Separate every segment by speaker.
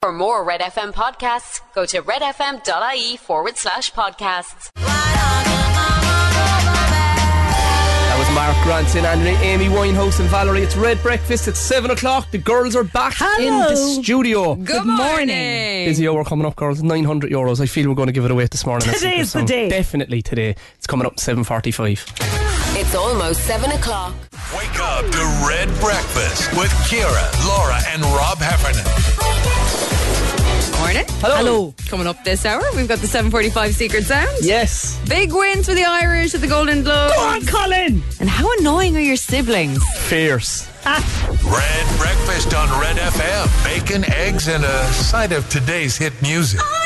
Speaker 1: For more Red FM podcasts, go to redfm.ie forward slash podcasts.
Speaker 2: That was Mark Granson, Andre, Amy Winehouse, and Valerie. It's Red Breakfast at 7 o'clock. The girls are back in the
Speaker 3: Hello.
Speaker 2: studio.
Speaker 3: Good morning.
Speaker 2: Busy hour coming up, girls. 900 euros. I feel we're going to give it away this morning.
Speaker 3: Today
Speaker 2: That's
Speaker 3: is the
Speaker 2: some-
Speaker 3: day.
Speaker 2: Definitely today. It's coming up 7.45.
Speaker 1: It's almost 7 o'clock.
Speaker 4: Wake up to Red Breakfast with Kira, Laura, and Rob Heffernan.
Speaker 5: Morning.
Speaker 2: Hello. Hello.
Speaker 5: Coming up this hour, we've got the 7:45 Secret Sound.
Speaker 2: Yes.
Speaker 5: Big wins for the Irish at the Golden Globe.
Speaker 3: Go on, Colin.
Speaker 5: And how annoying are your siblings?
Speaker 2: Fierce.
Speaker 4: Red Breakfast on Red FM. Bacon, eggs, and a side of today's hit music.
Speaker 6: Oh,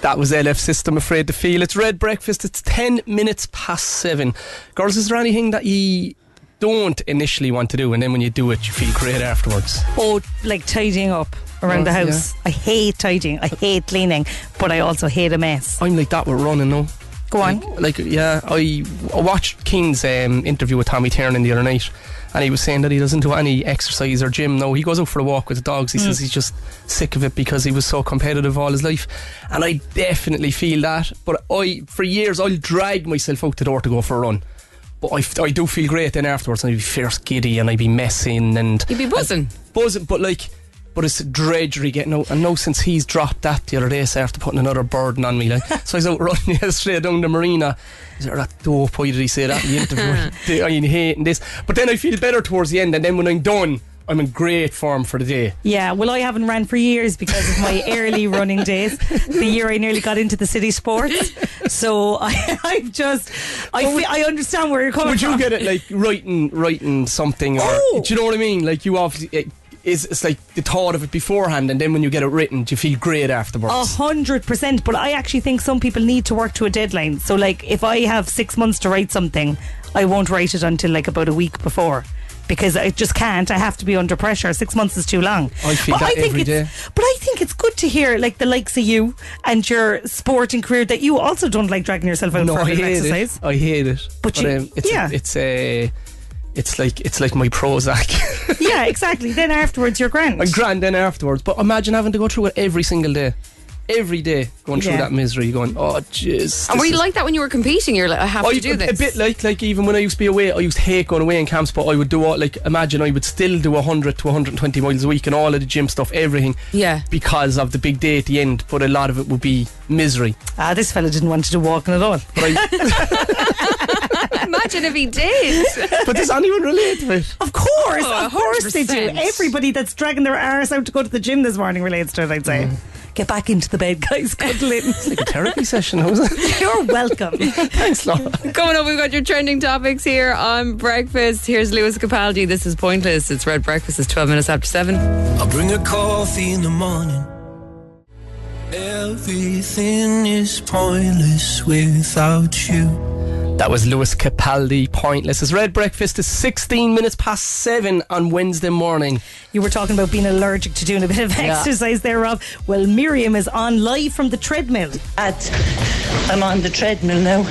Speaker 2: That was LF System Afraid to Feel. It's Red Breakfast. It's 10 minutes past 7. Girls, is there anything that you don't initially want to do and then when you do it, you feel great afterwards?
Speaker 3: Oh, like tidying up around the
Speaker 2: Yeah.
Speaker 3: house. I hate tidying. I hate cleaning, but I also hate a mess.
Speaker 2: I'm like that with running, no?
Speaker 3: Go on.
Speaker 2: Like, yeah, I, I watched Keane's um, interview with Tommy Tiernan the other night, and he was saying that he doesn't do any exercise or gym. No, he goes out for a walk with the dogs.
Speaker 3: Hmm.
Speaker 2: He says he's just sick of it because he was so competitive all his life, and I definitely feel that. But I, for years, I'll drag myself out the door to go for a run. But I, f- I do feel great then afterwards, and I'd be fierce giddy, and I'd be messing and
Speaker 5: You'd be buzzing.
Speaker 2: buzzing. But like, but it's drudgery getting out. And now since he's dropped that the other day, so after putting another burden on me, like, so I was out running yesterday down the marina. Is there that dope? Why did he say that in the interview? I'm hating this. But then I feel better towards the end, and then when I'm done, I'm in great form for the day.
Speaker 3: Yeah, well, I haven't ran for years because of my early running days. The year I nearly got into the city sports, so I, I've just, I, fe- I understand where you're coming
Speaker 2: Would
Speaker 3: from.
Speaker 2: you get it like writing, writing something, or
Speaker 3: Oh.
Speaker 2: do you know what I mean? Like you obviously. It, is it's like the thought of it beforehand, and then when you get it written, do you feel great afterwards?
Speaker 3: A hundred percent. But I actually think some people need to work to a deadline. So, like, if I have six months to write something, I won't write it until like about a week before. Because I just can't. I have to be under pressure. Six months is too long.
Speaker 2: I feel that
Speaker 3: think
Speaker 2: every
Speaker 3: it's, But I think it's good to hear like the likes of you and your sporting career that you also don't like dragging yourself out
Speaker 2: No,
Speaker 3: for a
Speaker 2: I
Speaker 3: bit of
Speaker 2: hate
Speaker 3: exercise.
Speaker 2: it. I hate it. um,
Speaker 3: But you-
Speaker 2: it's
Speaker 3: yeah.
Speaker 2: it's uh, it's like it's like my Prozac.
Speaker 3: yeah, exactly. Then afterwards, you're grand.
Speaker 2: I'm grand then afterwards. But imagine having to go through it every single day, every day going through
Speaker 3: Yeah.
Speaker 2: that misery, going, oh jeez.
Speaker 5: And were
Speaker 2: this
Speaker 5: you
Speaker 2: is-
Speaker 5: like that when you were competing? You're like, I have
Speaker 2: I,
Speaker 5: to do
Speaker 2: a,
Speaker 5: this.
Speaker 2: a bit like like even when I used to be away, I used to hate going away in camps, but I would do all like imagine I would still do 100 to 120 miles a week and all of the gym stuff, everything,
Speaker 5: Yeah.
Speaker 2: because of the big day at the end. But a lot of it would be misery.
Speaker 3: Ah, this fella didn't want to do walking at all.
Speaker 2: But, I,
Speaker 5: Imagine if he did.
Speaker 2: but does anyone relate to it?
Speaker 3: Of course,
Speaker 5: Oh,
Speaker 3: of course they do.
Speaker 5: 100%.
Speaker 3: Everybody that's dragging their arse out to go to the gym this morning relates to it, I'd say. Get back into the bed, guys. Cuddle in.
Speaker 2: Like a therapy session, was it?
Speaker 3: You're welcome.
Speaker 2: Thanks, Laura.
Speaker 5: Coming up, we've got your trending topics here on Breakfast. Here's Lewis Capaldi. This is Pointless. It's Red Breakfast. It's 12 minutes after 7.
Speaker 7: I'll bring a coffee in the morning. Everything is pointless without you.
Speaker 2: That was Lewis Capaldi, Pointless. His red breakfast is 16 minutes past 7 on Wednesday morning.
Speaker 3: You were talking about being allergic to doing a bit of exercise there, Rob. Well, Miriam is on live from the treadmill.
Speaker 8: at I'm on the treadmill now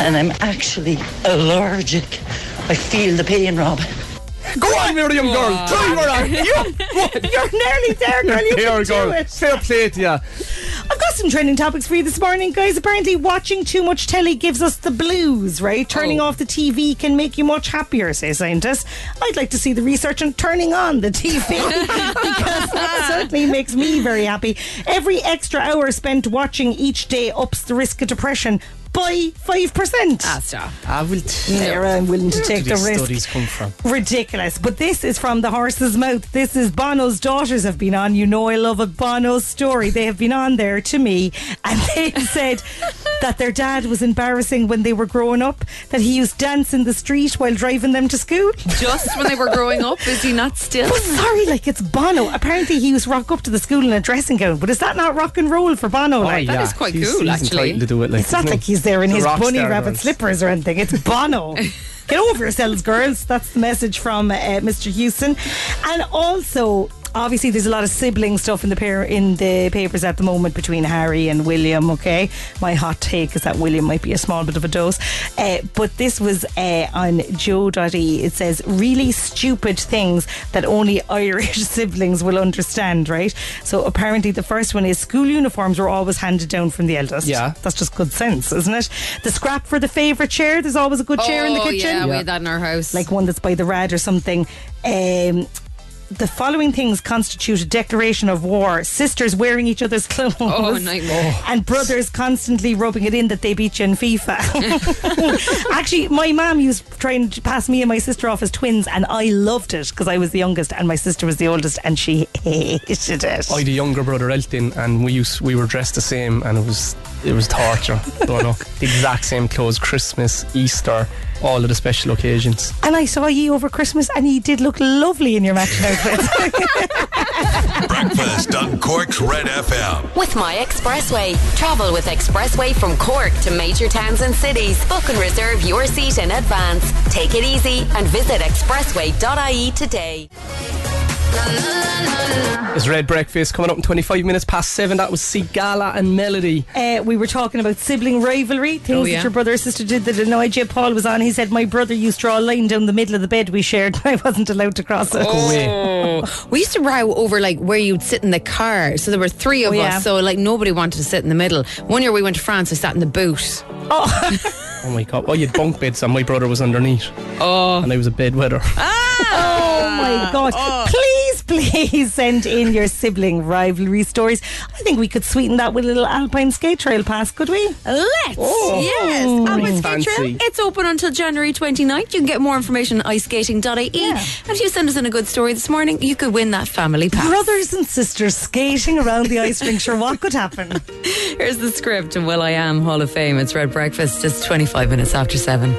Speaker 8: and I'm actually allergic. I feel the pain, Rob.
Speaker 2: Go on, Miriam, girl. Try your hand. You,
Speaker 3: You're nearly there, girl. You
Speaker 2: Here,
Speaker 3: can
Speaker 2: girl.
Speaker 3: do it.
Speaker 2: Fair play to you.
Speaker 3: I've got some trending topics for you this morning, guys. Apparently, watching too much telly gives us the blues, right? Turning
Speaker 5: Oh.
Speaker 3: off the TV can make you much happier, say scientists. I'd like to see the research on turning on the TV because that certainly makes me very happy. Every extra hour spent watching each day ups the risk of depression by 5%.
Speaker 5: Ah, stop.
Speaker 2: I will t-
Speaker 3: Sarah, I'm willing to take the
Speaker 2: these
Speaker 3: risk.
Speaker 2: studies come from?
Speaker 3: Ridiculous. But this is from the horse's mouth. This is Bono's daughters have been on. You know I love a Bono story. They have been on there to me and they said that their dad was embarrassing when they were growing up, that he used to dance in the street while driving them to school.
Speaker 5: Just when they were growing up, is he not still?
Speaker 3: But sorry, like it's Bono. Apparently he was rock up to the school in a dressing gown, but is that not rock and roll for Bono? like?
Speaker 5: is quite
Speaker 2: Oh, he's,
Speaker 5: cool,
Speaker 2: he's
Speaker 5: actually.
Speaker 2: entitled To do it, like,
Speaker 3: It's not
Speaker 2: isn't
Speaker 3: like
Speaker 2: he?
Speaker 3: he's there in
Speaker 2: He's a
Speaker 3: his
Speaker 2: rock
Speaker 3: bunny
Speaker 2: star,
Speaker 3: rabbit
Speaker 2: girls.
Speaker 3: slippers or anything. It's Bono. Get over yourselves, girls. That's the message from uh, Mr. Houston. And also, obviously there's a lot of sibling stuff in the pair in the papers at the moment between Harry and William. Okay, my hot take is that William might be a small bit of a dose, uh, but this was uh, on Joe.e. It says really stupid things that only Irish siblings will understand. Right. So apparently the first one is school uniforms were always handed down from the eldest.
Speaker 2: Yeah.
Speaker 3: that's just good sense, isn't it? The scrap for the favourite chair. There's always a good chair in the
Speaker 5: Oh,
Speaker 3: kitchen
Speaker 5: Yeah, we had that in our house.
Speaker 3: like one that's by the rad or something. Um, the following things constitute a declaration of war: sisters wearing each other's clothes,
Speaker 5: Oh, nightmare.
Speaker 3: and brothers constantly rubbing it in that they beat you in FIFA. Actually, my mum used to try and pass me and my sister off as twins, and I loved it because I was the youngest and my sister was the oldest, and she hated it.
Speaker 2: I had a younger brother Elton, and we used we were dressed the same, and it was it was torture. Don't know the exact same clothes, Christmas, Easter, all of the special occasions.
Speaker 3: and I saw ye over Christmas, and ye did look lovely in your matching outfits.
Speaker 4: Breakfast on Cork's Red FM.
Speaker 1: With My Expressway. Travel with Expressway from Cork to major towns and cities. Book and reserve your seat in advance. Take it easy and visit expressway.ie today.
Speaker 2: It's Red Breakfast coming up in 25 minutes past seven. That was Sigala and Melody.
Speaker 3: Uh, we were talking about sibling rivalry, things
Speaker 5: yeah.
Speaker 3: that your brother or sister did that annoyed you. Paul was on. He said, My brother used to draw a line down the middle of the bed we shared, and I wasn't allowed to cross it.
Speaker 5: Oh. we used to row over like where you'd sit in the car. So there were three of
Speaker 3: Oh, yeah.
Speaker 5: us. So like nobody wanted to sit in the middle. One year we went to France. I sat in the boot.
Speaker 2: Oh my god! Oh, you had bunk beds, and my brother was underneath. Oh, and I was a bedwetter.
Speaker 3: Ah. Oh my God. Please, please send in your sibling rivalry stories. I think we could sweeten that with a little alpine skate trail pass, could we?
Speaker 5: Let's.
Speaker 2: Oh.
Speaker 5: Yes. Alpine Skate
Speaker 2: Fancy.
Speaker 5: Trail. It's open until January 29th. You can get more information at iceskating.ie. And if E. you send us in a good story this morning, you could win that family pass.
Speaker 3: Brothers and sisters skating around the ice rink. Sure, what could happen?
Speaker 5: Here's the script and Will I Am Hall of Fame. It's Red Breakfast. It's 25 minutes after 7.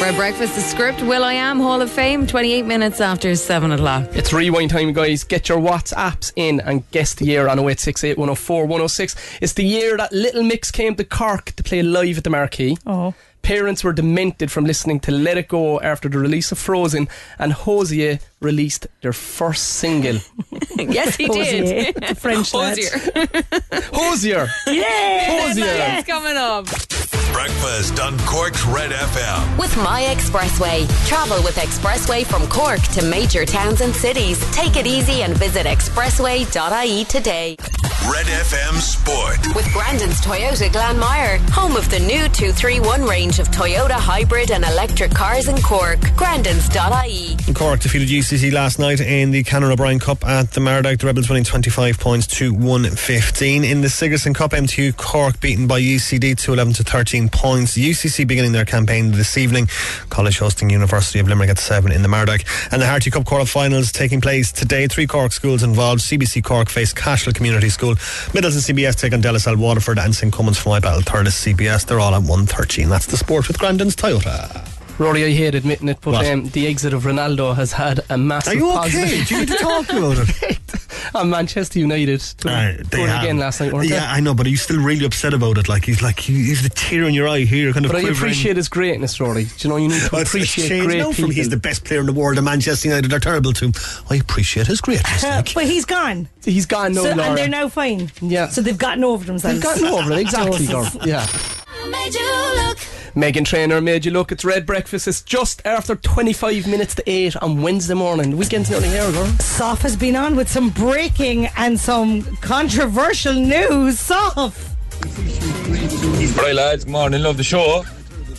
Speaker 5: Red Breakfast, the script, Will I Am Hall of Fame, 28 minutes after 7 o'clock.
Speaker 2: It's rewind time, guys. Get your WhatsApps in and guess the year on 0868 104 106. It's the year that Little Mix came to Cork to play live at the Marquee.
Speaker 3: Oh.
Speaker 2: Parents were demented from listening to Let It Go after the release of Frozen, and Hosier released their first single.
Speaker 5: yes,
Speaker 1: Oh,
Speaker 5: he
Speaker 3: Hosier,
Speaker 5: did.
Speaker 3: the French lad.
Speaker 5: Hosier.
Speaker 2: Hosier!
Speaker 3: Yeah.
Speaker 2: Hosier!
Speaker 5: It's coming up.
Speaker 4: Breakfast on Cork's Red FM.
Speaker 1: With My Expressway. Travel with Expressway from Cork to major towns and cities. Take it easy and visit expressway.ie today.
Speaker 4: Red FM Sport.
Speaker 1: With Grandin's Toyota Glanmire, home of the new 231 range of Toyota hybrid and electric cars in Cork. Grandin's.ie.
Speaker 9: In Cork defeated UCC last night in the Conor O'Brien Cup at the Mardock. The Rebels winning 25 points to 115. In the Sigerson Cup, MTU Cork beaten by UCD to 11 to 13 points. UCC beginning their campaign this evening. College hosting University of Limerick at 7 in the Mardock. And the Harty Cup quarter finals taking place today. Three Cork schools involved. CBC Cork face Cashel Community School. Middleton CBS take on Delisle Waterford and St Cummins from Ibattle. Thurles CBS. They're all at 1.13. That's the sport with Grandin's Toyota.
Speaker 2: Rory, I hate admitting it, but
Speaker 9: What?
Speaker 2: um, the exit of Ronaldo has had a massive
Speaker 9: Are you
Speaker 2: positive
Speaker 9: okay? Do you need to talk about it?
Speaker 2: effect on Manchester United.
Speaker 9: Uh,
Speaker 2: They won
Speaker 9: have.
Speaker 2: again last night, weren't
Speaker 9: yeah,
Speaker 2: they?
Speaker 9: I know, but he's still really upset about it. Like he's like he- he's the tear in your eye here, kind of.
Speaker 2: But I
Speaker 9: quivering.
Speaker 2: appreciate his greatness, Rory. Do you know you need to
Speaker 9: Well, it's- it's
Speaker 2: appreciate
Speaker 9: changed
Speaker 2: great
Speaker 9: now
Speaker 2: people?
Speaker 9: from he's the best player in the world and Manchester United are terrible to him. I appreciate his greatness. Nick.
Speaker 3: Uh, But he's gone.
Speaker 2: He's gone no
Speaker 3: so, and they're
Speaker 2: Laura.
Speaker 3: now fine.
Speaker 2: Yeah.
Speaker 3: So they've gotten over themselves.
Speaker 2: They've gotten over it, exactly, Laura. Yeah. Megan Trainer made you look. It's Red Breakfast. It's just after 25 minutes to 8 on Wednesday morning. The weekend's nearly here, girl.
Speaker 3: Soph has been on with some breaking and some controversial news. Soph,
Speaker 10: Right, lads, come on, in love the show.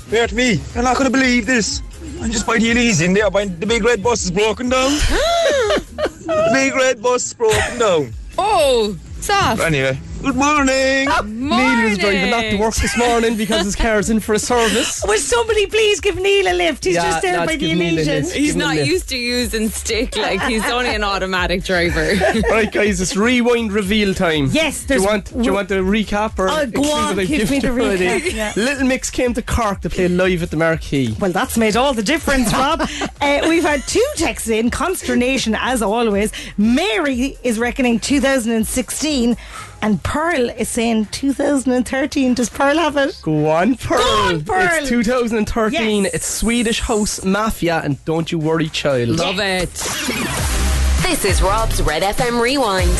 Speaker 10: Wait to me, you're not going to believe this. I'm just by the Elise in there, by the big red bus is broken down. the big red bus is broken down.
Speaker 5: Oh, soft.
Speaker 10: Anyway, good morning.
Speaker 2: Neil was driving not to work this morning because his car's in for a service.
Speaker 3: will somebody please give Neil a lift? He's
Speaker 2: Yeah,
Speaker 3: just there
Speaker 2: lads,
Speaker 3: by the
Speaker 2: give Neil a
Speaker 3: Elysians.
Speaker 2: lift.
Speaker 5: He's
Speaker 2: Give him a
Speaker 5: not
Speaker 2: lift.
Speaker 5: used to using stick. Like, he's only an automatic driver.
Speaker 2: Right, guys, it's rewind reveal time.
Speaker 3: Yes,
Speaker 2: do you
Speaker 3: there's-
Speaker 2: want do you want the recap or
Speaker 3: Oh, go on,
Speaker 2: exclusively
Speaker 3: give me the
Speaker 2: you already?
Speaker 3: recap, yeah.
Speaker 2: Little Mix came to Cork to play live at the Marquee.
Speaker 3: Well, that's made all the difference, Rob. uh, we've had two texts in consternation as always. Mary is reckoning 2016 And Pearl is saying 2013. Does Pearl have it?
Speaker 2: Go on, Pearl.
Speaker 3: on, Pearl.
Speaker 2: It's 2013.
Speaker 3: Yes.
Speaker 2: It's Swedish House Mafia, and don't you worry, child.
Speaker 5: Love it.
Speaker 1: This is Rob's Red FM Rewind.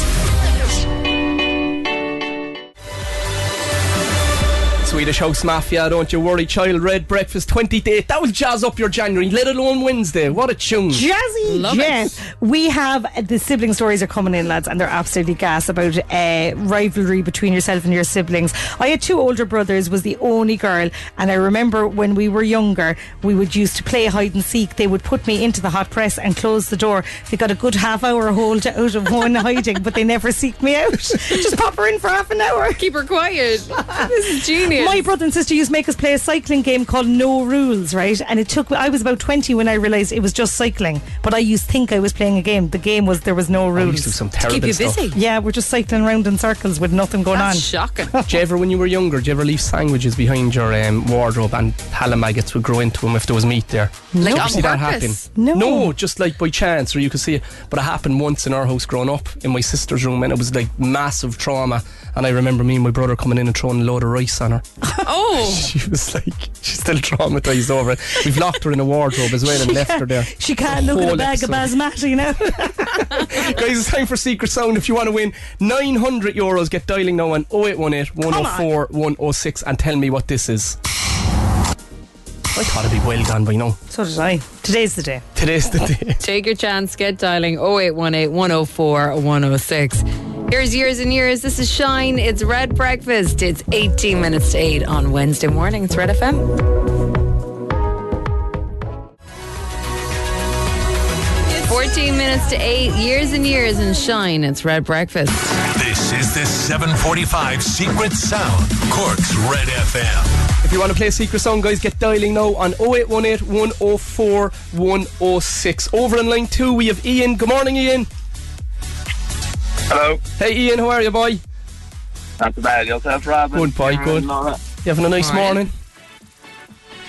Speaker 2: Swedish House Mafia, don't you worry, child. Red Breakfast 28. That will jazz up your January, let alone Wednesday. What a tune.
Speaker 3: Jazzy
Speaker 5: Love
Speaker 3: Jazz. We have the sibling stories are coming in, lads, and they're absolutely gas about uh, rivalry between yourself and your siblings. I had two older brothers, was the only girl, and I remember when we were younger, we would used to play hide and seek. They would put me into the hot press and close the door. They got a good half hour hold out of one hiding, but they never seek me out. Just pop her in for half an hour.
Speaker 5: Keep her quiet. this is genius.
Speaker 3: My brother and sister used to make us play a cycling game called No Rules, right? And it took, I was about 20 when I realised it was just cycling, but I used to think I was playing a game. The game was there was no
Speaker 2: We used to do
Speaker 3: rules.
Speaker 2: some terrible
Speaker 5: Keep you
Speaker 2: stuff.
Speaker 5: busy.
Speaker 3: Yeah, we're just cycling around in circles with nothing going
Speaker 5: That's
Speaker 3: on.
Speaker 5: shocking.
Speaker 2: Do you ever, when you were younger, do you ever leave sandwiches behind your um, wardrobe and tallow maggots would grow into them if there was meat there?
Speaker 5: Like
Speaker 2: Did you
Speaker 5: on
Speaker 2: see that happen?
Speaker 5: purpose?
Speaker 3: No.
Speaker 2: just like by chance, or you could see it. But it happened once in our house growing up in my sister's room, and it was like massive trauma. And I remember me and my brother coming in and throwing a load of rice on her.
Speaker 5: Oh,
Speaker 2: She was like, she's still traumatized over it. We've locked her in a wardrobe as well and left her there.
Speaker 3: She can't look at a
Speaker 2: Whole
Speaker 3: bag
Speaker 2: episode.
Speaker 3: of basmati now.
Speaker 2: Guys, it's time for Secret Sound. If you want to win 900 euros, get dialing now on 0818 104 106 and tell me what this is. I thought it'd be well done by now.
Speaker 3: so did I. Today's the day.
Speaker 2: Today's the day.
Speaker 5: take your chance. Get dialing 0818 104 106. Here's years and years. This is Shine. It's Red Breakfast. It's 18 minutes to 8 on Wednesday morning. It's Red FM. Fourteen minutes to eight, years and years and shine. It's red breakfast.
Speaker 4: This is the 745 Secret Sound, Cork's Red FM.
Speaker 2: If you want to play Secret Sound, guys, get dialing now on 0818 104 106. Over in line two, we have Ian. Good morning, Ian.
Speaker 10: Hello.
Speaker 2: Hey, Ian, how are you, boy?
Speaker 10: Not too bad. Yourself, Robin?
Speaker 2: Good, boy,
Speaker 10: And
Speaker 2: good.
Speaker 10: Laura?
Speaker 2: You having a nice
Speaker 5: Morning.
Speaker 2: morning?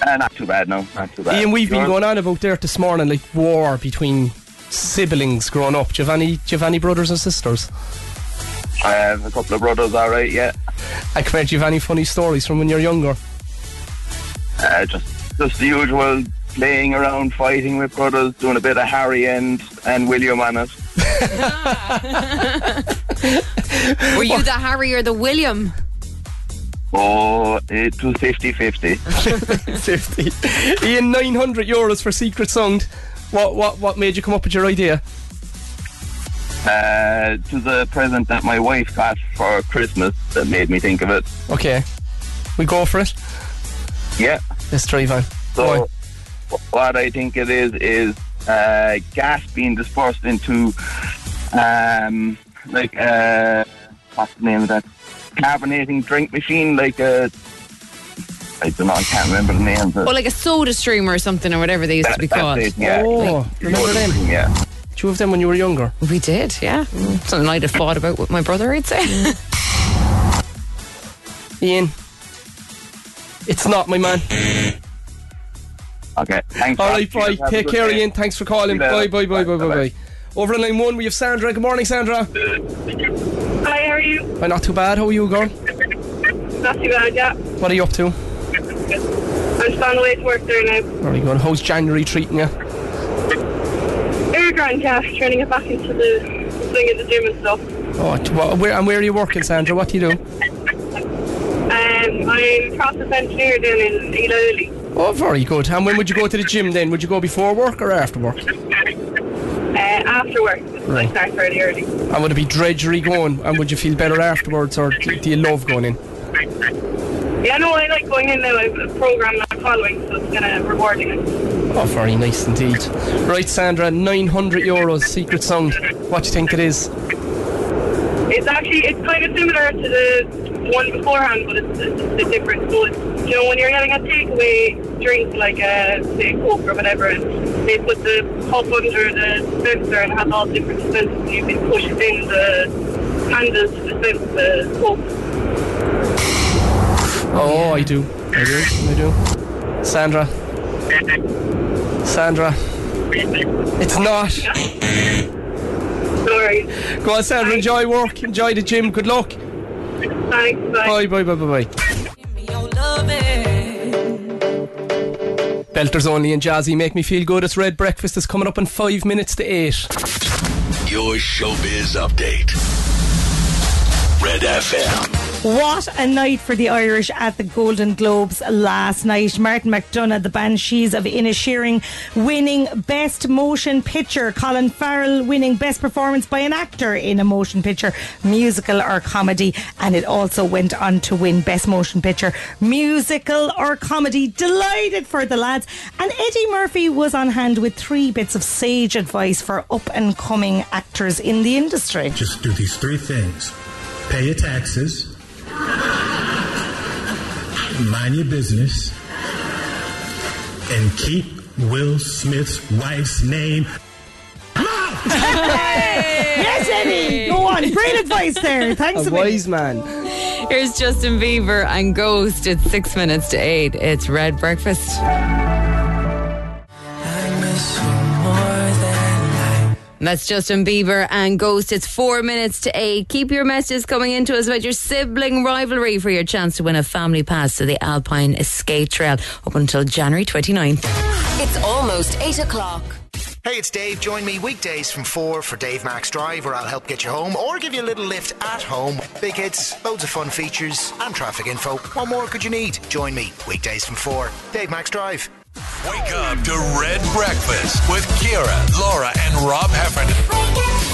Speaker 10: Uh, not too bad, no. Not too bad.
Speaker 2: Ian, we've been
Speaker 10: Yours?
Speaker 2: going on about there this morning, like war between siblings growing up. Do you have any, do you have any brothers and sisters?
Speaker 10: I have a couple of brothers, all right, yeah.
Speaker 2: I can't do you have any funny stories from when you're younger?
Speaker 10: Uh, just, just the usual playing around, fighting with brothers, doing a bit of Harry and, and William on it.
Speaker 5: Were you the Harry or the William?
Speaker 10: Oh, it was 50-50.
Speaker 2: 50. Ian, 900 euros for Secret Sound. What, what, what made you come up with your idea?
Speaker 10: Uh, to the present that my wife got for Christmas that made me think of it.
Speaker 2: Okay, we go for it.
Speaker 10: Yeah.
Speaker 2: Let's drive on.
Speaker 10: So
Speaker 2: Right.
Speaker 10: what I think it is is uh, gas being dispersed into um, like uh, what's the name of that carbonating drink machine? Like uh, I don't know. I can't remember the name. But
Speaker 5: Well, like a soda stream or something or whatever they used to be
Speaker 10: that's
Speaker 5: called.
Speaker 10: it, yeah.
Speaker 2: Oh, remember them?
Speaker 10: Yeah.
Speaker 2: Two of them when you were younger.
Speaker 5: We did, yeah. Mm, Something I'd have thought about with my brother, I'd say.
Speaker 2: Ian, it's not my man.
Speaker 10: Okay. Thanks.
Speaker 2: All
Speaker 10: Rob.
Speaker 2: right, bye.
Speaker 10: Cheers, have a
Speaker 2: Take
Speaker 10: good
Speaker 2: care,
Speaker 10: day.
Speaker 2: Ian. Thanks for calling.
Speaker 10: See you
Speaker 2: Bye,
Speaker 10: later.
Speaker 2: bye, bye, bye, bye,
Speaker 10: Bye-bye.
Speaker 2: bye. Over on line one, we have Sandra. Good morning, Sandra.
Speaker 11: Hi, how are you?
Speaker 2: Well, not too bad. How are you going?
Speaker 11: Not too bad, yeah.
Speaker 2: What are you up to?
Speaker 11: I'm just on the way to work there now.
Speaker 2: Very good. How's January treating you?
Speaker 11: Very grand, yeah. Trying to get back into the swing of the gym and stuff.
Speaker 2: Oh, t- wha- where, and where are you working, Sandra? What do you do?
Speaker 11: Um, I'm a process engineer down in Eloily.
Speaker 2: Oh, very good. And when would you go to the gym then? Would you go before work or after work?
Speaker 11: Uh, after work,
Speaker 2: Right.
Speaker 11: I start fairly early.
Speaker 2: And would it be drudgery going? And would you feel better afterwards or do do you love going in?
Speaker 11: Yeah, no, I like going in now. I have a program that I'm following, so it's kind of rewarding.
Speaker 2: Oh, very nice indeed. Right, Sandra, 900 euros, secret sound. What do you think it is?
Speaker 11: It's actually, it's kind of similar to the one beforehand, but it's, it's just a different. So it's, you know, when you're getting a takeaway drink, like a, say, Coke or whatever, and they put the cup under the dispenser and have all different dispensers, and you can push it in the handles to dispense the Coke.
Speaker 2: Oh, I do. I do. I do. Sandra. Sandra. It's not.
Speaker 11: Sorry.
Speaker 2: Go on, Sandra. Enjoy work. Enjoy the gym. Good luck.
Speaker 11: Thanks. Bye.
Speaker 2: Bye, bye, bye, bye, bye. Belters only and Jazzy make me feel good. It's Red Breakfast is coming up in five minutes to eight.
Speaker 12: Your showbiz update. Red FM.
Speaker 3: What a night for the Irish at the Golden Globes last night. Martin McDonough, the Banshees of Inisherin, winning Best Motion Picture. Colin Farrell winning Best Performance by an Actor in a Motion Picture, Musical or Comedy. And it also went on to win Best Motion Picture, Musical or Comedy. Delighted for the lads. And Eddie Murphy was on hand with three bits of sage advice for up and coming actors in the industry.
Speaker 13: Just do these three things pay your taxes, mind your business, and keep Will Smith's wife's name.
Speaker 3: yes, Eddie! Go on, great advice there. Thanks
Speaker 2: a wise man.
Speaker 5: Here's Justin Bieber and Ghost. It's six minutes to eight. It's Red Breakfast. And That's Justin Bieber and Ghost. It's four minutes to eight. Keep your messages coming into us about your sibling rivalry for your chance to win a family pass to the Alpine Escape Trail up until January 29th.
Speaker 1: It's almost 8 o'clock.
Speaker 14: Hey, it's Dave. Join me weekdays from 4 for Dave Max Drive, where I'll help get you home or give you a little lift at home. Big hits, loads of fun features, and traffic info. What more could you need? Join me weekdays from 4. Dave Max Drive.
Speaker 4: Wake up to Red Breakfast with Kira, Laura, and Rob Heffernan.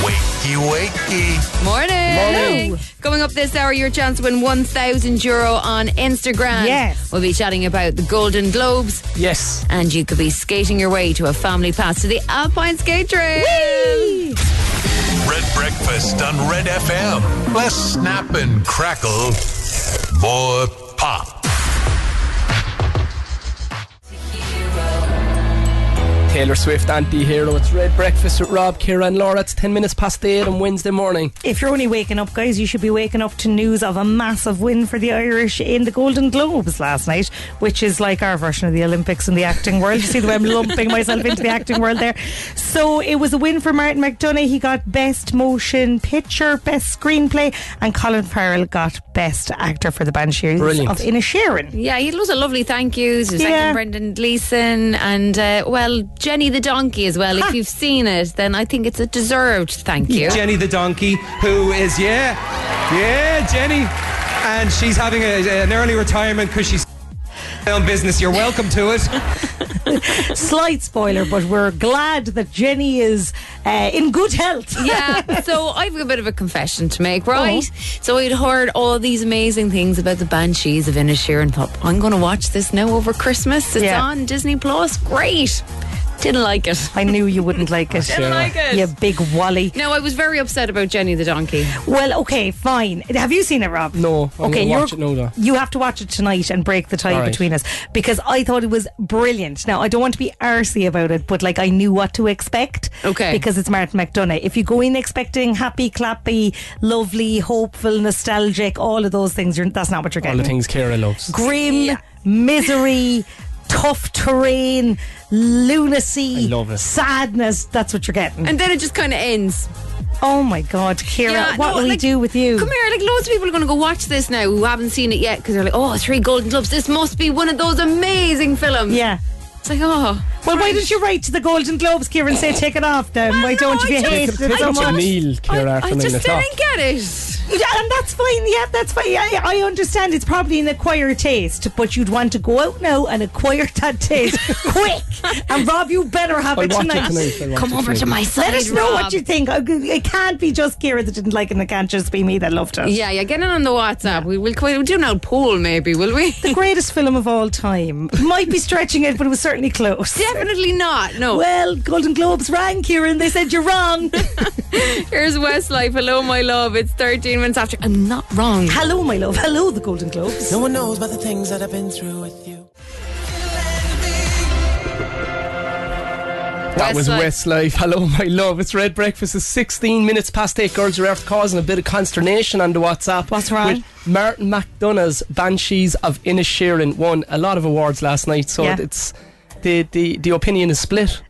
Speaker 4: Wakey, wakey.
Speaker 5: Morning. Coming up this hour, your chance to win 1,000 euro on Instagram. Yes. We'll be chatting about the Golden Globes.
Speaker 2: Yes.
Speaker 5: And you could be skating your way to a family pass to the Alpine Skate Trail.
Speaker 4: Red Breakfast on Red FM. Less snap and crackle, more pop.
Speaker 2: Taylor Swift, anti hero. It's Red Breakfast with Rob, Kira, and Laura. It's 10 minutes past 8 on Wednesday morning.
Speaker 3: If you're only waking up, guys, you should be waking up to news of a massive win for the Irish in the Golden Globes last night, which is like our version of the Olympics in the acting world. You see the way I'm lumping myself into the acting world there. So it was a win for Martin McDonough. He got Best Motion Picture, Best Screenplay, and Colin Farrell got Best Actor for the Banshees
Speaker 5: Brilliant.
Speaker 3: of Inisherin.
Speaker 5: Yeah, he had loads of lovely thank yous. He was
Speaker 3: Yeah.
Speaker 5: thanking Brendan Gleeson and, uh, well, Jenny the Donkey as well. If you've seen it, then I think it's a deserved thank you.
Speaker 15: Jenny the donkey, who is yeah, yeah, Jenny, and she's having a, an early retirement because she's on business. You're welcome to it.
Speaker 3: Slight spoiler, but we're glad that Jenny is uh, in good health.
Speaker 5: yeah, so I've got a bit of a confession to make, right?
Speaker 3: Oh.
Speaker 5: So I'd heard all these amazing things about the Banshees of Inisherin and thought, I'm going to watch this now over Christmas. It's
Speaker 3: Yeah.
Speaker 5: on Disney Plus. Great. Didn't like it.
Speaker 3: I knew you wouldn't like it.
Speaker 5: Didn't like it.
Speaker 3: You big wally.
Speaker 5: No, I was very upset about Jenny the Donkey.
Speaker 3: Well, okay, fine. Have you seen it, Rob?
Speaker 2: No. I'm
Speaker 3: okay,
Speaker 2: gonna
Speaker 3: you're-
Speaker 2: watch it now, though.
Speaker 3: you have to watch it tonight and break the tie
Speaker 2: All right.
Speaker 3: between us because I thought it was brilliant. Now, I don't want to be arsy about it, but like I knew what to expect.
Speaker 5: Okay.
Speaker 3: Because it's Martin McDonough. If you go in expecting happy, clappy, lovely, hopeful, nostalgic, all of those things, you're, that's not what you're
Speaker 2: All
Speaker 3: getting.
Speaker 2: the things Kira loves.
Speaker 3: grim misery tough terrain lunacy
Speaker 2: love it.
Speaker 3: sadness that's what you're getting
Speaker 5: And then it just kind of ends.
Speaker 3: oh my god kira
Speaker 5: Yeah,
Speaker 3: what
Speaker 5: no,
Speaker 3: will
Speaker 5: like,
Speaker 3: we do with you
Speaker 5: Come here, like loads of people are going to go watch this now who haven't seen it yet because they're like, oh, three Golden Globes. This must be one of those amazing films.
Speaker 3: Yeah.
Speaker 5: It's like, oh.
Speaker 3: well why did you write to the golden globes kira and say take it off then why don't you
Speaker 5: I
Speaker 3: be
Speaker 5: just-
Speaker 3: hate
Speaker 5: I
Speaker 3: it so
Speaker 5: just-
Speaker 3: much
Speaker 2: Meal, Kira,
Speaker 5: I
Speaker 2: after nine
Speaker 5: just
Speaker 2: o'clock.
Speaker 5: didn't get it.
Speaker 3: Yeah, and that's fine yeah that's fine I, I understand it's probably an acquired taste but you'd want to go out now and acquire that taste quick and Rob you better have
Speaker 5: I'll
Speaker 3: it
Speaker 5: watch it
Speaker 3: tonight,
Speaker 5: tonight, I'll watch Come it over tonight. to my
Speaker 3: let
Speaker 5: side,
Speaker 3: us know what
Speaker 5: Rob.
Speaker 3: you think I- it can't be just Kira that didn't like it and it can't just be me that loved it
Speaker 5: Yeah, yeah. Get in on the WhatsApp. We will we'll do an old poll, maybe, will we?
Speaker 3: the greatest film of all time might be stretching it but it was certainly close
Speaker 5: Definitely not. No.
Speaker 3: well Golden Globes rang Kieran they said you're wrong
Speaker 5: Here's Westlife. Hello, my love. It's 13 minutes after. I'm not wrong.
Speaker 3: Hello, my love. Hello, the Golden Globes.
Speaker 7: No one knows about the things that I've been through with you.
Speaker 2: That was Westlife. Hello, my love. It's Red Breakfast. It's 16 minutes past 8. Girls are after causing a bit of consternation on the WhatsApp. What's
Speaker 3: wrong?
Speaker 2: With Martin McDonough's Banshees of Inisherin won a lot of awards last night, so
Speaker 3: Yeah.
Speaker 2: it's the, the, the opinion is split.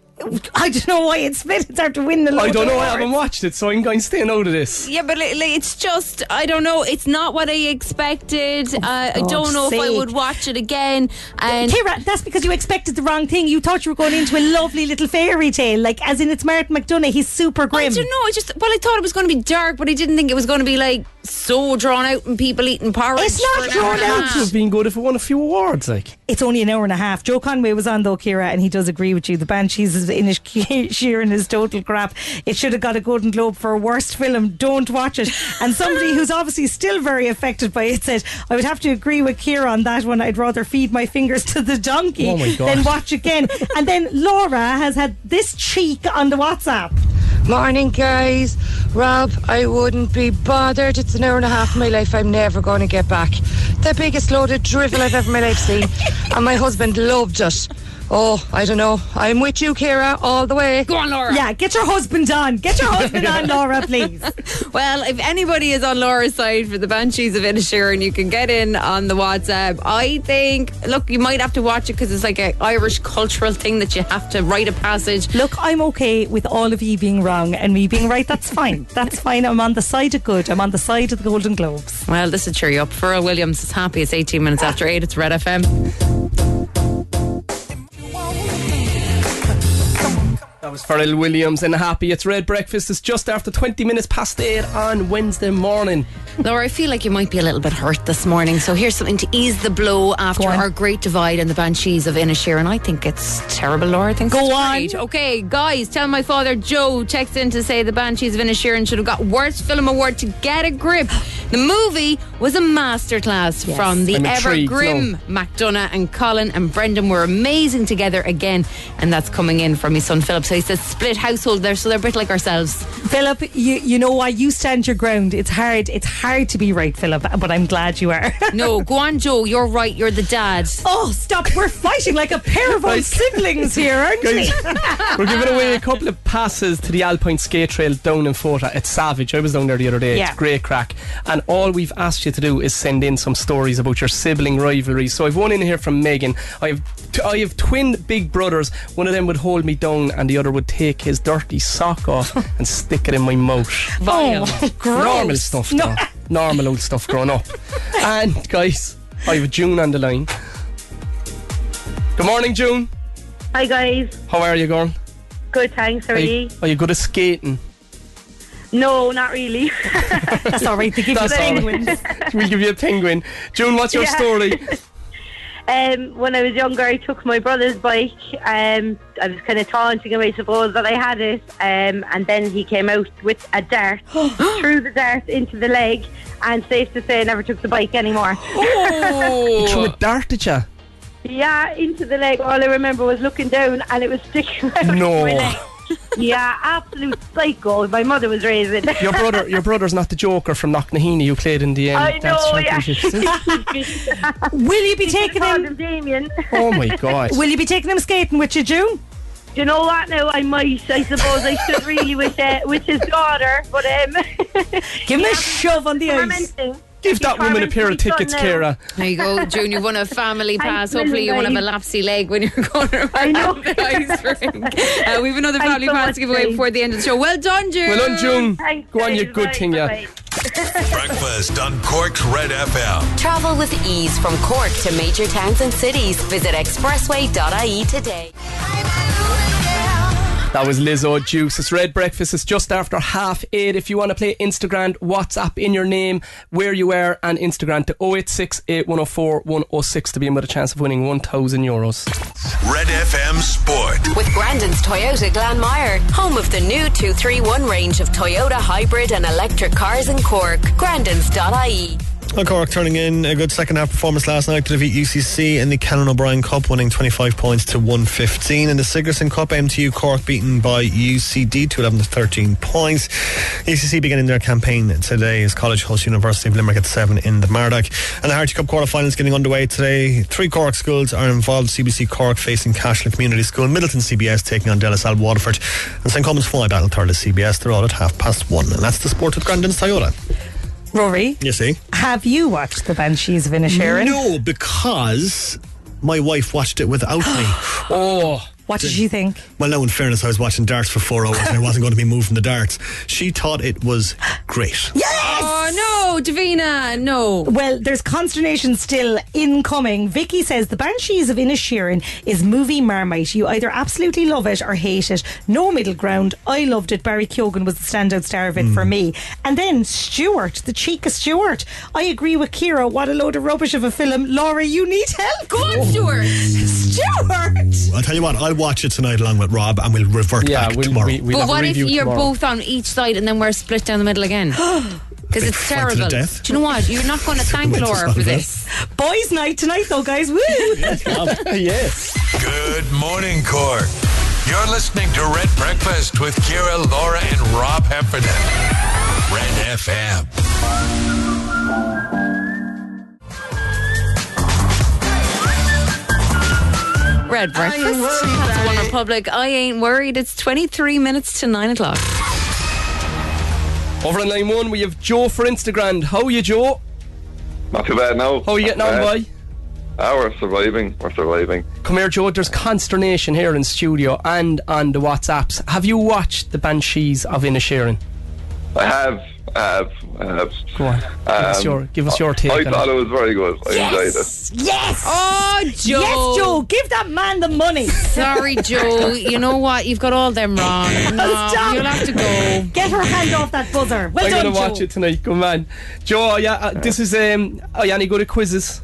Speaker 3: I don't know why it's split. It's after winning the
Speaker 2: I
Speaker 3: load
Speaker 2: don't
Speaker 3: of
Speaker 2: know. I
Speaker 3: awards.
Speaker 2: haven't watched it, so I'm going to stay out of this.
Speaker 5: Yeah, but li- like, it's just I don't know. It's not what I expected. uh, I
Speaker 3: Oh, God's
Speaker 5: don't know if I
Speaker 3: sake.
Speaker 5: would watch it again. And
Speaker 3: Kira, that's because you expected the wrong thing. You thought you were going into a lovely little fairy tale, like as in it's Martin McDonough. He's super grim.
Speaker 5: I don't know. I just well, I thought it was going to be dark, but I didn't think it was going to be like so drawn out and people eating porridge.
Speaker 3: It's not
Speaker 5: for an hour
Speaker 3: drawn
Speaker 5: and a
Speaker 3: out.
Speaker 5: half.
Speaker 2: It would have been good if it won a few awards, like.
Speaker 3: It's only an hour and a half. Joe Conway was on though, Kira, and he does agree with you. The Banshees is in his shearing is total crap. It should have got a Golden Globe for worst film. Don't watch it. And somebody who's obviously still very affected by it said, "I would have to agree with Kira on that one. I'd rather feed my fingers to the donkey
Speaker 2: Oh my God.
Speaker 3: than watch again." and then Laura has had this cheek on the WhatsApp.
Speaker 16: Morning, guys. Rob, I wouldn't be bothered. It's an hour and a half of my life I'm never going to get back. The biggest load of drivel I've ever in my life seen. And my husband loved it. Oh, I don't know. I'm with you, Kira, all the way. Go
Speaker 5: on, Laura.
Speaker 3: Yeah, get your husband on. Get your husband on, Laura, please.
Speaker 5: Well, if anybody is on Laura's side for the Banshees of Inisherin, you can get in on the WhatsApp. I think, look, you might have to watch it because it's like an Irish cultural thing that you have to write a passage.
Speaker 3: Look, I'm okay with all of you being wrong and me being right. That's fine. That's fine. I'm on the side of good. I'm on the side of the Golden Globes.
Speaker 5: Well, this will cheer you up. Pharrell Williams is happy. It's 18 minutes after 8. It's Red FM.
Speaker 2: That was Pharrell Williams and Happy. It's Red Breakfast. It's just after 20 minutes past 8 on Wednesday morning.
Speaker 5: Laura, I feel like you might be a little bit hurt this morning. So here's something to ease the blow after our great divide and the Banshees of Inisherin. I think it's terrible, Laura. I think Go on. Okay, guys, tell my father Joe text in to say the Banshees of Inisherin should have got Worst Film Award to get a grip. The movie was a masterclass
Speaker 17: Yes.
Speaker 5: from the
Speaker 17: I'm
Speaker 5: ever
Speaker 17: intrigued,
Speaker 5: grim
Speaker 17: no.
Speaker 5: McDonough and Colin and Brendan were amazing together again. And that's coming in from his son Philip. So he says split household there, so they're a bit like ourselves.
Speaker 3: Philip, you, you know why you stand your ground. It's hard. It's hard to be right, Philip, but I'm glad you are.
Speaker 5: no, Guanjo, you're right. You're the dad.
Speaker 3: Oh, stop. We're fighting like a pair of old siblings here, aren't we?
Speaker 2: Guys, We're giving away a couple of passes to the Alpine Skate Trail down in Fota. It's savage. I was down there the other day.
Speaker 3: Yeah.
Speaker 2: It's great crack. And all we've asked you to do is send in some stories about your sibling rivalries. So I've one in here from Megan. I have, t- I have twin big brothers. One of them would hold me down, and the other would take his dirty sock off and stick it in my mouth.
Speaker 3: Oh, gross.
Speaker 2: Normal stuff, though. Normal old stuff growing up. and guys, I have June on the line. Good morning, June.
Speaker 18: Hi guys,
Speaker 2: How are you, girl?
Speaker 18: good thanks. How are
Speaker 2: Are
Speaker 18: you?
Speaker 2: you, are you good at skating?
Speaker 18: No, not really.
Speaker 3: That's all right. They give
Speaker 2: That's
Speaker 3: you
Speaker 2: all right.
Speaker 3: penguins.
Speaker 2: we'll give you a penguin. June, what's your
Speaker 18: Yeah.
Speaker 2: story?
Speaker 18: Um, when I was younger, I took my brother's bike. Um, I was kind of taunting him, I suppose, that I had it. Um, and then he came out with a dart, threw the dart into the leg, and safe to say, I never took the bike anymore.
Speaker 2: You threw a dart at you.
Speaker 18: yeah, into the leg. All I remember was looking down, and it was sticking out.
Speaker 2: No.
Speaker 18: My leg. Yeah, absolute psycho. My mother was raising.
Speaker 2: Your brother, your brother's not the Joker from Knocknaheeny who played in the um,
Speaker 18: I
Speaker 2: dance
Speaker 18: know,
Speaker 2: championship.
Speaker 18: yeah.
Speaker 3: Will you be taking him?
Speaker 18: Damien.
Speaker 2: Oh my God.
Speaker 3: Will you be taking him skating with you, June?
Speaker 18: Do you know what now? I might. I suppose I should really with uh, with his daughter, but um,
Speaker 3: give him a shove on the
Speaker 18: ice.
Speaker 2: Give that woman a pair of tickets, Kara.
Speaker 5: There you go, June. You won a family pass.
Speaker 18: Thanks,
Speaker 5: Hopefully, you won't have a lapsy leg when you're going around the ice rink. Uh, we have another
Speaker 18: Thanks
Speaker 5: family
Speaker 18: so
Speaker 5: pass
Speaker 18: much,
Speaker 5: to give away
Speaker 18: guys.
Speaker 5: before the end of the show. Well done, June.
Speaker 2: Well done, June. Go on, you good thing, yeah.
Speaker 4: Breakfast on Cork's Red FM.
Speaker 1: Travel with ease from Cork to major towns and cities. Visit expressway.ie E today.
Speaker 2: That was Lizzo Juice. It's Red Breakfast. It's just after half eight. If you want to play Instagram, WhatsApp in your name, where you were, and Instagram to 086 8104 106 to be in with a chance of winning 1,000 euros.
Speaker 4: Red FM Sport.
Speaker 1: With Grandin's Toyota Glanmire, home of the new 231 range of Toyota hybrid and electric cars in Cork. Grandin's.ie.
Speaker 9: Well, Cork turning in a good second half performance last night to defeat UCC in the Canon O'Brien Cup, winning 25 points to 115. In the Sigerson Cup, MTU Cork beaten by UCD to 11 to 13 points. UCC beginning their campaign today as College hosts University of Limerick at 7 in the Mardock. And the Harty Cup quarterfinals getting underway today. Three Cork schools are involved. CBC Cork facing Cashland Community School, Middleton CBS taking on Dallas Al Waterford, and St. Cummins Fly battle third at CBS. They're all at half past one. And that's the sport with Grandin's Toyota.
Speaker 3: Rory,
Speaker 9: You see?
Speaker 3: have you watched The Banshees of Inisherin?
Speaker 9: No, because my wife watched it without me.
Speaker 2: oh.
Speaker 3: What did she think?
Speaker 9: Well, no, in fairness, I was watching darts for four hours and I wasn't going to be moved from the darts. She thought it was great.
Speaker 5: Oh no, Davina, no.
Speaker 3: Well, there's consternation still incoming. Vicky says the Banshees of Inishirin is movie marmite. You either absolutely love it or hate it. No middle ground. I loved it. Barry Keoghan was the standout star of it for me. And then Stewart, the cheek of Stewart. I agree with Kira. What a load of rubbish of a film. Laura, you need help. Go
Speaker 2: Oh.
Speaker 5: on, Stewart.
Speaker 3: Stewart.
Speaker 9: I'll tell you what, I'll watch it tonight along with Rob and we'll revert back tomorrow.
Speaker 5: but what if you're both on each side and then we're split down the middle again?
Speaker 9: Big
Speaker 5: Because it's
Speaker 9: fight to the
Speaker 5: terrible.
Speaker 9: death.
Speaker 5: Do you know what? You're not going to thank
Speaker 9: Wait, it's
Speaker 5: Laura
Speaker 9: not
Speaker 5: for
Speaker 9: enough.
Speaker 5: this.
Speaker 3: Boys' night tonight, though, guys. Woo!
Speaker 2: yes.
Speaker 4: Good morning, Cork. You're listening to Red Breakfast with Kira, Laura, and Rob Heffernan. Red FM.
Speaker 5: Red breakfast. That's One Republic. I ain't worried. It's 23 minutes to 9 o'clock.
Speaker 2: Over on line one, we have Joe for Instagram. How are you, Joe?
Speaker 17: Not too bad now.
Speaker 2: How are you getting on, boy?
Speaker 17: Ah, we're surviving. We're surviving.
Speaker 2: Come here, Joe. There's consternation here in studio and on the WhatsApps. Have you watched the Banshees of Inisherin?
Speaker 17: I have, I have, I have.
Speaker 2: Go on. Give us your, give us your take.
Speaker 17: I
Speaker 2: on it.
Speaker 17: thought Uh, it was very good. I enjoyed it.
Speaker 3: Yes.
Speaker 5: Oh, Joe.
Speaker 3: Yes, Joe. Give that man the money.
Speaker 5: Sorry, Joe. Oh, You know what? You've got all them wrong. No,
Speaker 3: stop.
Speaker 5: you'll have to go.
Speaker 3: Get her hand off that buzzer. Well
Speaker 2: I'm
Speaker 3: done,
Speaker 2: gonna
Speaker 3: Joe.
Speaker 2: watch it tonight. Come on, Joe. Yeah, uh, this is um. Are you any good at quizzes?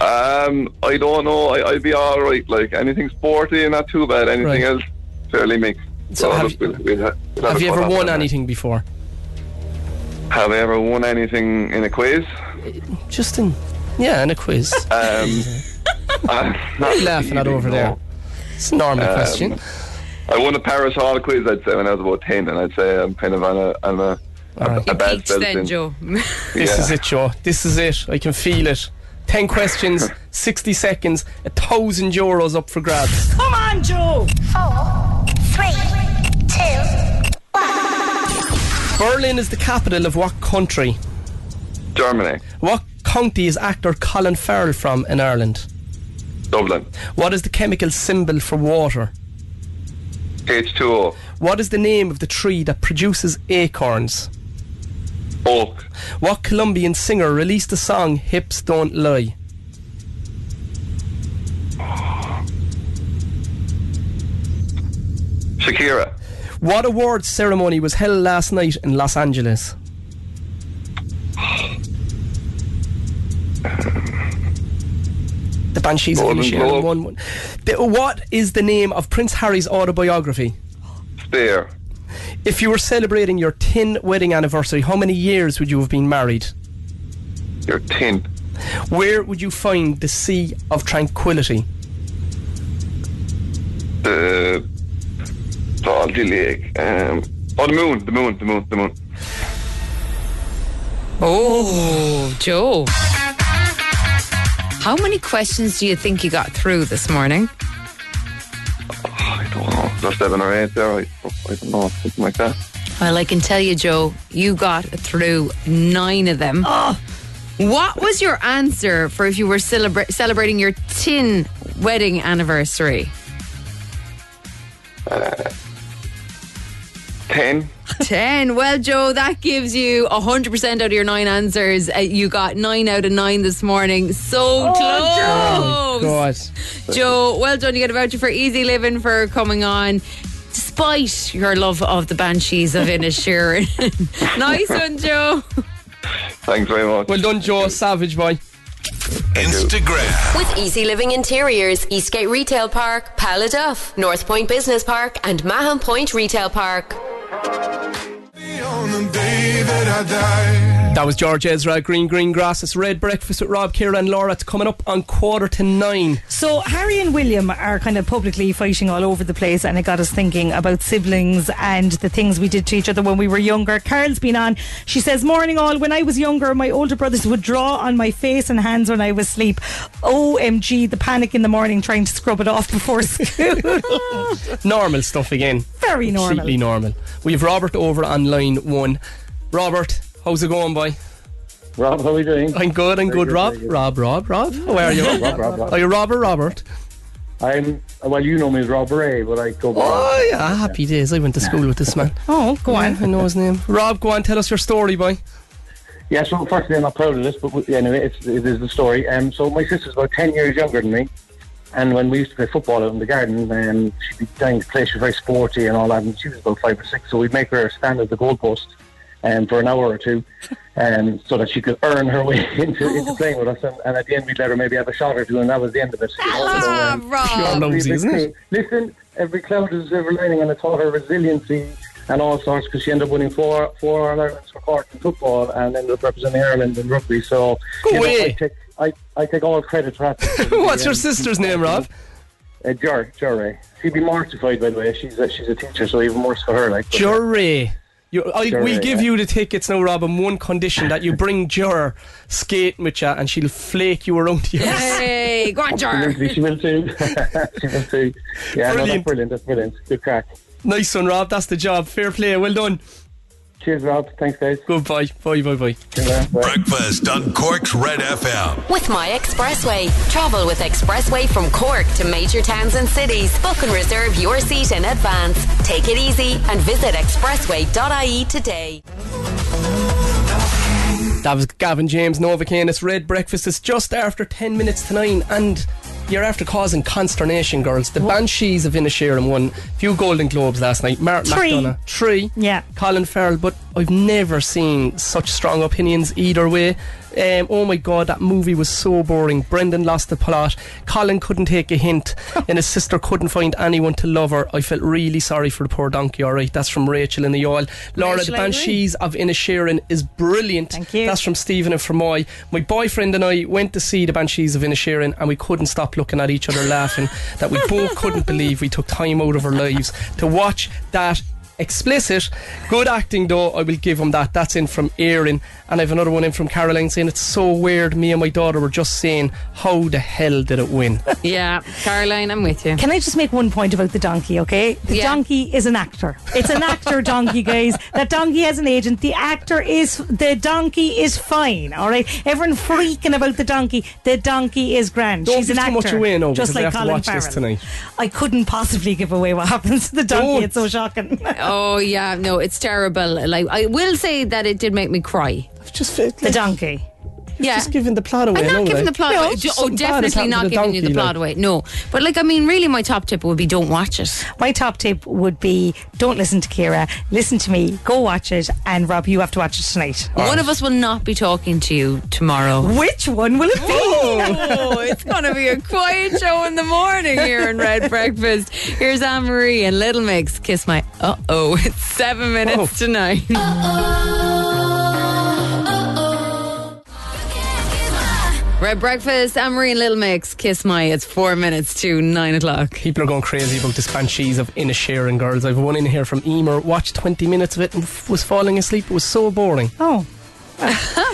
Speaker 17: Um, I don't know. I, I'd be all right. Like anything sporty, not too bad. Anything
Speaker 2: Right.
Speaker 17: else, fairly mixed.
Speaker 2: So have-
Speaker 17: look, we'll- we'll ha- we'll
Speaker 2: Have
Speaker 17: a
Speaker 2: you
Speaker 17: go
Speaker 2: ever
Speaker 17: at
Speaker 2: won
Speaker 17: that.
Speaker 2: anything before?
Speaker 17: Have I ever won anything in a quiz?
Speaker 2: Just in, yeah, in a quiz.
Speaker 17: Um, I'm
Speaker 2: Why are you laughing at over there? It's a normal
Speaker 17: Um,
Speaker 2: question.
Speaker 17: I won a Paris Hall quiz, I'd say, when I was about 10, and I'd say I'm kind of on a, on a, a, a bad spell
Speaker 5: Then,
Speaker 17: since.
Speaker 5: Joe.
Speaker 2: This
Speaker 17: yeah.
Speaker 2: is it, Joe. This is it. I can feel it. Ten questions, sixty seconds, a thousand euros up for grabs.
Speaker 3: Come on, Joe.
Speaker 6: Four, three, two.
Speaker 2: Berlin is the capital of what country?
Speaker 17: Germany,
Speaker 2: What county is actor Colin Farrell from in Ireland?
Speaker 17: Dublin,
Speaker 2: What is the chemical symbol for water?
Speaker 17: H2O,
Speaker 2: What is the name of the tree that produces acorns?
Speaker 17: Oak,
Speaker 2: What Colombian singer released the song Hips Don't Lie?
Speaker 17: Shakira,
Speaker 2: What awards ceremony was held last night in Los Angeles? The Banshees of
Speaker 17: Golden
Speaker 2: Inisherin
Speaker 17: Globe.
Speaker 2: won one. The- What is the name of Prince Harry's autobiography?
Speaker 17: Spear,
Speaker 2: If you were celebrating your 10th wedding anniversary, how many years would you have been married?
Speaker 17: your tin,
Speaker 2: Where would you find the Sea of Tranquility?
Speaker 17: the Baldy Lake, um, oh, the moon, the moon, the moon, the moon.
Speaker 5: Oh, Joe. How many questions do you think you got through this morning?
Speaker 17: Oh, I don't know, there's seven or eight there, I, I don't know, something like that.
Speaker 5: Well, I can tell you, Joe, you got through nine of them. What was your answer for if you were celebra- celebrating your tin wedding anniversary?
Speaker 17: Ten,
Speaker 5: 10. Well, Joe, that gives you 100% out of your nine answers. Uh, you got nine out of nine this morning. So
Speaker 2: Oh,
Speaker 5: close.
Speaker 2: God.
Speaker 5: Joe, well done. You get a voucher for Easy Living for coming on. Despite your love of the Banshees of Inisherin. nice one, Joe.
Speaker 17: thanks very much.
Speaker 2: Well done, Joe. Savage boy.
Speaker 4: Instagram.
Speaker 1: With Easy Living Interiors, Eastgate Retail Park, Paladuff, North Point Business Park, and Mahon Point Retail Park.
Speaker 2: That was George Ezra, Green Green Grass. It's Red Breakfast with Rob, Kira, and Laura. It's coming up on quarter to nine.
Speaker 3: So Harry and William are kind of publicly fighting all over the place, and it got us thinking about siblings and the things we did to each other when we were younger. Carol's been on. She says, "Morning all. When I was younger, my older brothers would draw on my face and hands when I was asleep. Omg, the panic in the morning trying to scrub it off before school.
Speaker 2: Normal stuff again.
Speaker 3: Very normal.
Speaker 2: Completely normal. We have Robert over on line one. Robert, how's it going, boy?
Speaker 19: Rob, how are you doing?
Speaker 2: I'm good, I'm
Speaker 19: Very
Speaker 2: good,
Speaker 19: good,
Speaker 2: Rob.
Speaker 19: very good.
Speaker 2: Rob, Rob, Rob. How are you?
Speaker 19: Rob, Rob, Rob.
Speaker 2: Are you Rob or Robert?
Speaker 19: I'm well, you know me as Rob Ray, but I go by.
Speaker 2: Oh, yeah, happy days. I went to school with this man.
Speaker 3: Oh, go
Speaker 2: on. I know his name. Rob, go on, tell us your story, boy.
Speaker 19: Yeah, so firstly, I'm not proud of this, but we- anyway, it's, it is the story. Um, so my sister's about 10 years younger than me, and when we used to play football out in the garden, um, she'd be dying to play. She was very sporty and all that, and she was about five or six, so we'd make her stand at the goalpost um, for an hour or two um, so that she could earn her way into, into playing with us, and, and at the end, we'd let her maybe have a shot or two, and that was the end of it. you know, so, um,
Speaker 5: Rob.
Speaker 19: Obviously,
Speaker 2: nosy, isn't
Speaker 19: listen-
Speaker 2: it?
Speaker 19: Listen, every cloud is silver lining, and it taught her resiliency and all sorts because she ended up winning four four All Irelands for Cork in football and ended up representing Ireland in rugby. So
Speaker 2: Go
Speaker 19: you know, I
Speaker 2: away.
Speaker 19: take I, I take all credit for that.
Speaker 2: What's your sister's name, Rob?
Speaker 19: Uh, Jor, Jorre. She'd be mortified, by the way. She's a, she's a teacher, so even worse for her. Like but, uh,
Speaker 2: Jury. You, I,
Speaker 19: Jury,
Speaker 2: we'll give
Speaker 19: yeah.
Speaker 2: you the tickets now, Rob, on one condition that you bring Jur skating with you and she'll flake you around you.
Speaker 5: Hey, go on, Jar.
Speaker 19: Absolutely, she will too. she will too. Yeah, no, that's
Speaker 2: Brilliant.
Speaker 19: brilliant. That's brilliant. Good crack.
Speaker 2: Nice one, Rob. That's the job. Fair play. Well done.
Speaker 19: Cheers, Rob. Thanks, guys.
Speaker 2: Goodbye. Bye, bye, bye.
Speaker 4: Breakfast on Cork's Red FM.
Speaker 1: With My Expressway. Travel with Expressway from Cork to major towns and cities. Book and reserve your seat in advance. Take it easy and visit expressway.ie E today.
Speaker 2: That was Gavin James, Nova Kane. It's Red Breakfast. It's just after 10 minutes to 9 and you're after causing consternation, girls. The Banshees of Inisherin won a few Golden Globes last night. Martin
Speaker 3: Three.
Speaker 2: McDonough, three.
Speaker 3: Yeah.
Speaker 2: Colin Farrell, but I've never seen such strong opinions either way. Um, oh my god, that movie was so boring. Brendan lost the plot. Colin couldn't take a hint, and his sister couldn't find anyone to love her. I felt really sorry for the poor donkey. All right, that's from Rachel in the oil. Laura,
Speaker 3: Rachel,
Speaker 2: the
Speaker 3: I agree.
Speaker 2: Banshees of Inisherin is brilliant. Thank you. That's from Stephen and Fermoy. My boyfriend and I went to see the Banshees of Inisherin, and we couldn't stop looking at each other, laughing that we both couldn't believe we took time out of our lives to watch that explicit. Good acting though, I will give him that. That's in from Erin. And I have another one in from Caroline saying it's so weird. Me and my daughter were just saying, How the hell did it win?
Speaker 5: Yeah, Caroline, I'm with you.
Speaker 3: Can I just make one point about the donkey, okay? The donkey is an actor. It's an actor donkey, guys. That donkey has an agent. The actor is the donkey is fine, all right? Everyone freaking about the donkey. The donkey is grand.
Speaker 2: Don't
Speaker 3: She's
Speaker 2: give
Speaker 3: an
Speaker 2: too
Speaker 3: actor.
Speaker 2: much away now
Speaker 3: just
Speaker 2: because I
Speaker 3: like
Speaker 2: have to
Speaker 3: Colin
Speaker 2: watch
Speaker 3: Farrell.
Speaker 2: this tonight.
Speaker 3: I couldn't possibly give away what happens to the donkey.
Speaker 5: Don't.
Speaker 3: It's so shocking.
Speaker 5: Oh yeah, no, it's terrible. Like I will say that it did make me cry.
Speaker 2: I've just felt
Speaker 3: the donkey.
Speaker 5: Yeah.
Speaker 2: Just giving the plot away.
Speaker 5: I'm not
Speaker 2: no,
Speaker 5: giving
Speaker 2: like.
Speaker 5: the plot away.
Speaker 2: just
Speaker 5: Oh,
Speaker 2: something bad has
Speaker 5: definitely
Speaker 2: happened to
Speaker 5: not giving you the
Speaker 2: donkey,
Speaker 5: plot
Speaker 2: like.
Speaker 5: away. No, but like I mean, really, my top tip would be don't watch it.
Speaker 3: My top tip would be don't listen to Kira. Listen to me. Go watch it. And Rob, you have to watch it tonight.
Speaker 5: One of us will not be talking to you tomorrow.
Speaker 3: Which one will it be?
Speaker 5: Oh, it's going to be a quiet show in the morning here in Red Breakfast. Here's Anne Marie and Little Mix. Kiss my uh oh. It's seven minutes
Speaker 2: Oh.
Speaker 5: to nine. Red Breakfast, Anne Marie and Little Mix. Kiss my. It's four minutes to nine o'clock.
Speaker 2: People are going crazy about this Banshees of Inisherin girls. I've one in here from Emer. Watched 20 minutes of it and f- was falling asleep. It was so boring.
Speaker 3: Oh.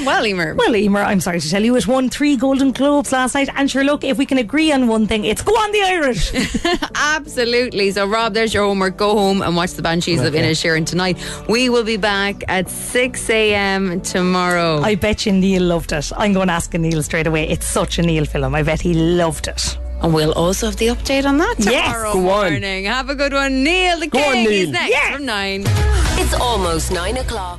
Speaker 5: well, Emer.
Speaker 3: Well, Emer, I'm sorry to tell you, it won three Golden Globes last night. And sure, look, if we can agree on one thing, it's go on the Irish.
Speaker 5: Absolutely. So, Rob, there's your homework. Go home and watch the Banshees of Inisherin tonight. We will be back at 6 a.m. tomorrow.
Speaker 3: I bet you Neil loved it. I'm going to ask Neil straight away. It's such a Neil film. I bet he loved it.
Speaker 5: And we'll also have the update on that tomorrow
Speaker 3: Yes. Go on.
Speaker 5: morning. Have a good one. Neil the
Speaker 3: Go
Speaker 5: King
Speaker 3: on,
Speaker 5: is
Speaker 3: Neil.
Speaker 5: next from 9.
Speaker 1: It's almost 9 o'clock.